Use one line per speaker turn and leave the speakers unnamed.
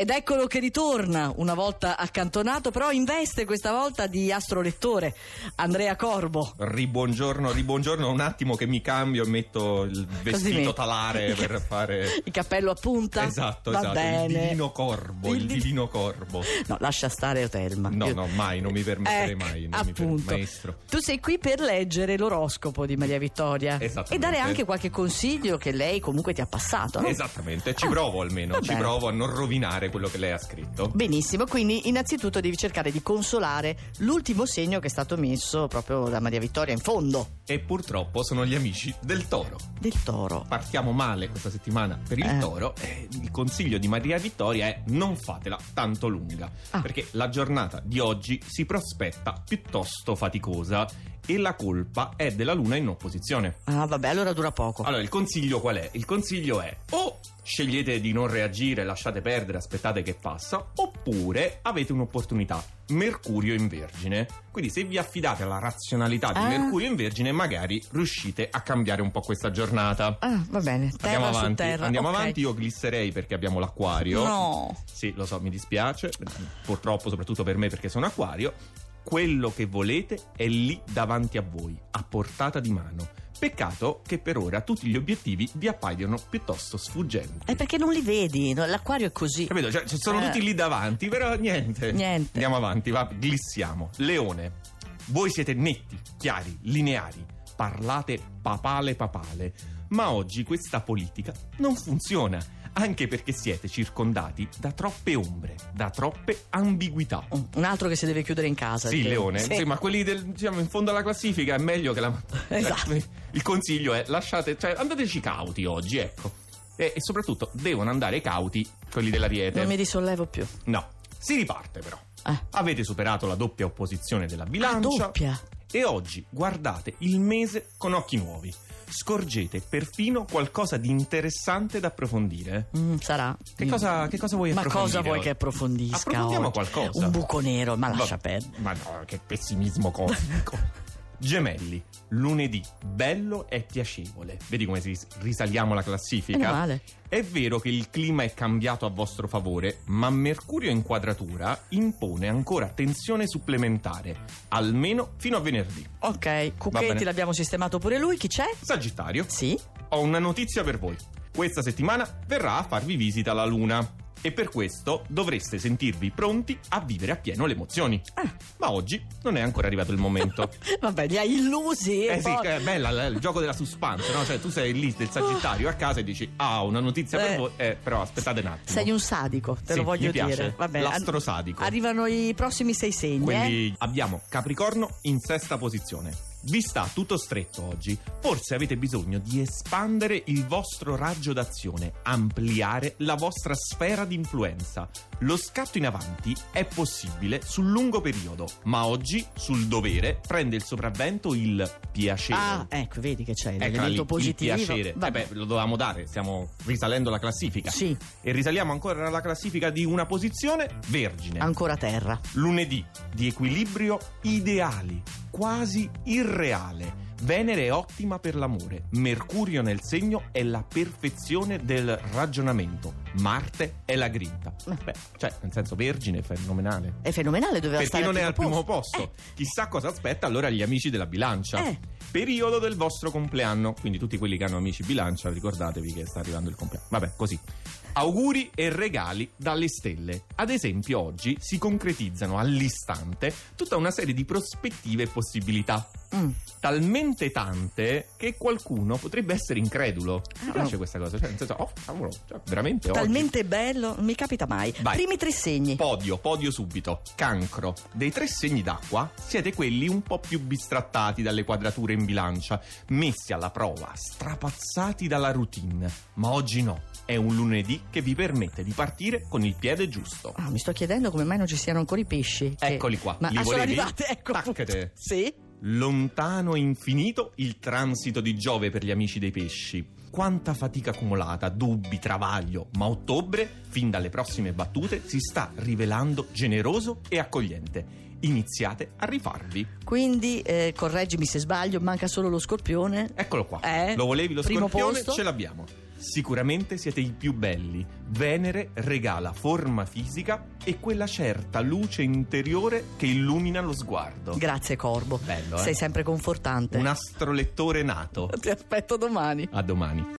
Ed eccolo che ritorna, una volta accantonato, però investe questa volta di astrolettore, Andrea Corbo.
Ribuongiorno, ribuongiorno, un attimo che mi cambio e metto il vestito
metti.
talare per fare...
Il cappello a punta?
Esatto,
Va
esatto, il
bene.
divino corbo, il,
Il divi-
divino corbo.
No, lascia stare Otelma.
No,
Io-
no, mai, non mi permetterei
Ecco,
mai, non mi
appunto.
permetterei, maestro.
Tu sei qui per leggere l'oroscopo di Maria Vittoria
Esattamente.
e dare anche qualche consiglio che lei comunque ti ha passato. no?
Esattamente, ci
Ah,
provo almeno,
va
ci
bene.
provo a non rovinare quello che lei ha scritto.
Benissimo, quindi innanzitutto devi cercare di consolare l'ultimo segno che è stato messo proprio da Maria Vittoria in fondo,
E purtroppo sono gli amici del toro.
del toro.
Partiamo male questa settimana per il
Eh.
toro. eh, il consiglio di Maria Vittoria è non fatela tanto lunga,
Ah.
perché la giornata di oggi si prospetta piuttosto faticosa e la colpa è della luna in opposizione.
Ah, vabbè, allora dura poco.
Allora, il consiglio qual è? Il consiglio è o scegliete di non reagire, lasciate perdere, aspettate che passa, oppure avete un'opportunità. Mercurio in Vergine. Quindi se vi affidate alla razionalità di
Ah.
Mercurio in Vergine, magari riuscite a cambiare un po' questa giornata.
Ah, va bene, terra
Andiamo
su
avanti,
terra.
andiamo
ok.
avanti, io glisserei perché abbiamo l'acquario.
No.
Sì, lo so, mi dispiace, purtroppo soprattutto per me perché sono acquario. Quello che volete è lì davanti a voi, a portata di mano. Peccato che per ora tutti gli obiettivi vi appaiono piuttosto sfuggenti.
È perché non li vedi, no? l'acquario è così.
Capito? Cioè, ci sono
Eh.
tutti lì davanti, però niente.
Niente.
Andiamo avanti, va, glissiamo. Leone, voi siete netti, chiari, lineari, parlate papale papale, ma oggi questa politica non funziona, anche perché siete circondati da troppe ombre, da troppe ambiguità.
Un altro che si deve chiudere in casa.
Sì,
il
Leone, sì. ma quelli del, diciamo, in fondo alla classifica è meglio che la...
Esatto.
Eh, Il consiglio è lasciate, cioè andateci cauti oggi, ecco. E, e soprattutto devono andare cauti quelli della dieta.
Non mi risollevo più.
No, si riparte però.
Eh.
Avete superato la doppia opposizione della
La
bilancia
doppia.
e oggi guardate il mese con occhi nuovi. Scorgete perfino qualcosa di interessante da approfondire.
Mm, sarà.
Che
Mm.
cosa, che cosa vuoi
Ma
approfondire?
cosa vuoi che approfondisca?
Approfondiamo
oggi?
qualcosa.
Un buco nero, ma
Va- Ecco,
lascia perdere.
Ma no, che pessimismo cosmico. Gemelli, lunedì, bello e piacevole. Vedi come si risaliamo la
Meno
classifica?
male.
È vero che il clima è cambiato a vostro favore, ma Mercurio in quadratura impone ancora tensione supplementare, almeno fino a venerdì.
Ok,
bene.
Cucchetti l'abbiamo sistemato pure lui. Chi c'è?
Sagittario,
Sì.
ho una notizia per voi. Questa settimana verrà a farvi visita la Luna. E per questo dovreste sentirvi pronti a vivere appieno le emozioni.
Ah.
Ma oggi non è ancora arrivato il momento.
Vabbè, li ha illusi.
Eh sì,
poi-
è bella la- il gioco della suspense, no? Cioè, tu sei lì del Sagittario a casa e dici, ah, ho una notizia
Eh.
per voi, eh, però aspettate un attimo.
Sei un sadico, te
Sì,
lo voglio
mi piace,
dire. Vabbè,
l'astrosadico.
Arrivano i prossimi sei segni. eh.
Quindi abbiamo Capricorno in sesta posizione. Vi sta tutto stretto oggi. Forse avete bisogno di espandere il vostro raggio d'azione, ampliare la vostra sfera di influenza. Lo scatto in avanti è possibile sul lungo periodo, ma oggi sul dovere prende il sopravvento il piacere.
Ah, ecco, vedi che c'è
Ecco,
l'elemento
il-
positivo.
Il piacere. Eh
Vabbè.
beh, lo dovevamo dare, stiamo risalendo la classifica.
Sì,
E risaliamo ancora la classifica di una posizione vergine.
ancora terra.
Lunedì, di equilibrio ideali, quasi irreale. Venere è ottima per l'amore, Mercurio nel segno è la perfezione del ragionamento, Marte è la grinta. Beh, cioè, nel senso vergine, fenomenale.
È fenomenale, doveva
Perché
stare
non è al primo posto.
Eh,
Chissà cosa aspetta allora gli amici della bilancia.
Eh.
Periodo del vostro compleanno. Quindi tutti quelli che hanno amici bilancia, ricordatevi che sta arrivando il compleanno. Vabbè, così. Auguri e regali dalle stelle. Ad esempio, oggi si concretizzano all'istante tutta una serie di prospettive e possibilità.
mm.
Talmente tante che qualcuno potrebbe essere incredulo. Mi
Ah,
piace
no.
questa cosa. Cioè, nel senso, oh, cavolo, cioè, veramente oggi.
Talmente bello, non mi capita mai.
Vai.
Primi tre segni.
Podio, podio subito. Cancro. Dei tre segni d'acqua siete quelli un po' più bistrattati dalle quadrature in bilancia, messi alla prova, strapazzati dalla routine. Ma oggi no, è un lunedì che vi permette di partire con il piede giusto.
Ah, mi sto chiedendo come mai non ci siano ancora i pesci. che-
Eccoli qua,
Ma
li
ah, sono
volevi?
arrivate, ecco.
Tacchete.
Sì.
Lontano e infinito il transito di Giove per gli amici dei pesci. Quanta fatica accumulata, dubbi, travaglio, ma ottobre, fin dalle prossime battute, si sta rivelando generoso e accogliente. Iniziate a rifarvi.
Quindi, eh, correggimi se sbaglio, manca solo lo scorpione.
Eccolo qua.
Eh,
Lo volevi lo
primo
scorpione?
posto.
Ce l'abbiamo. Sicuramente siete i più belli. Venere regala forma fisica e quella certa luce interiore che illumina lo sguardo.
Grazie Corbo.
Bello, eh?
Sei sempre confortante.
Un astrolettore nato.
Ti aspetto domani.
A domani.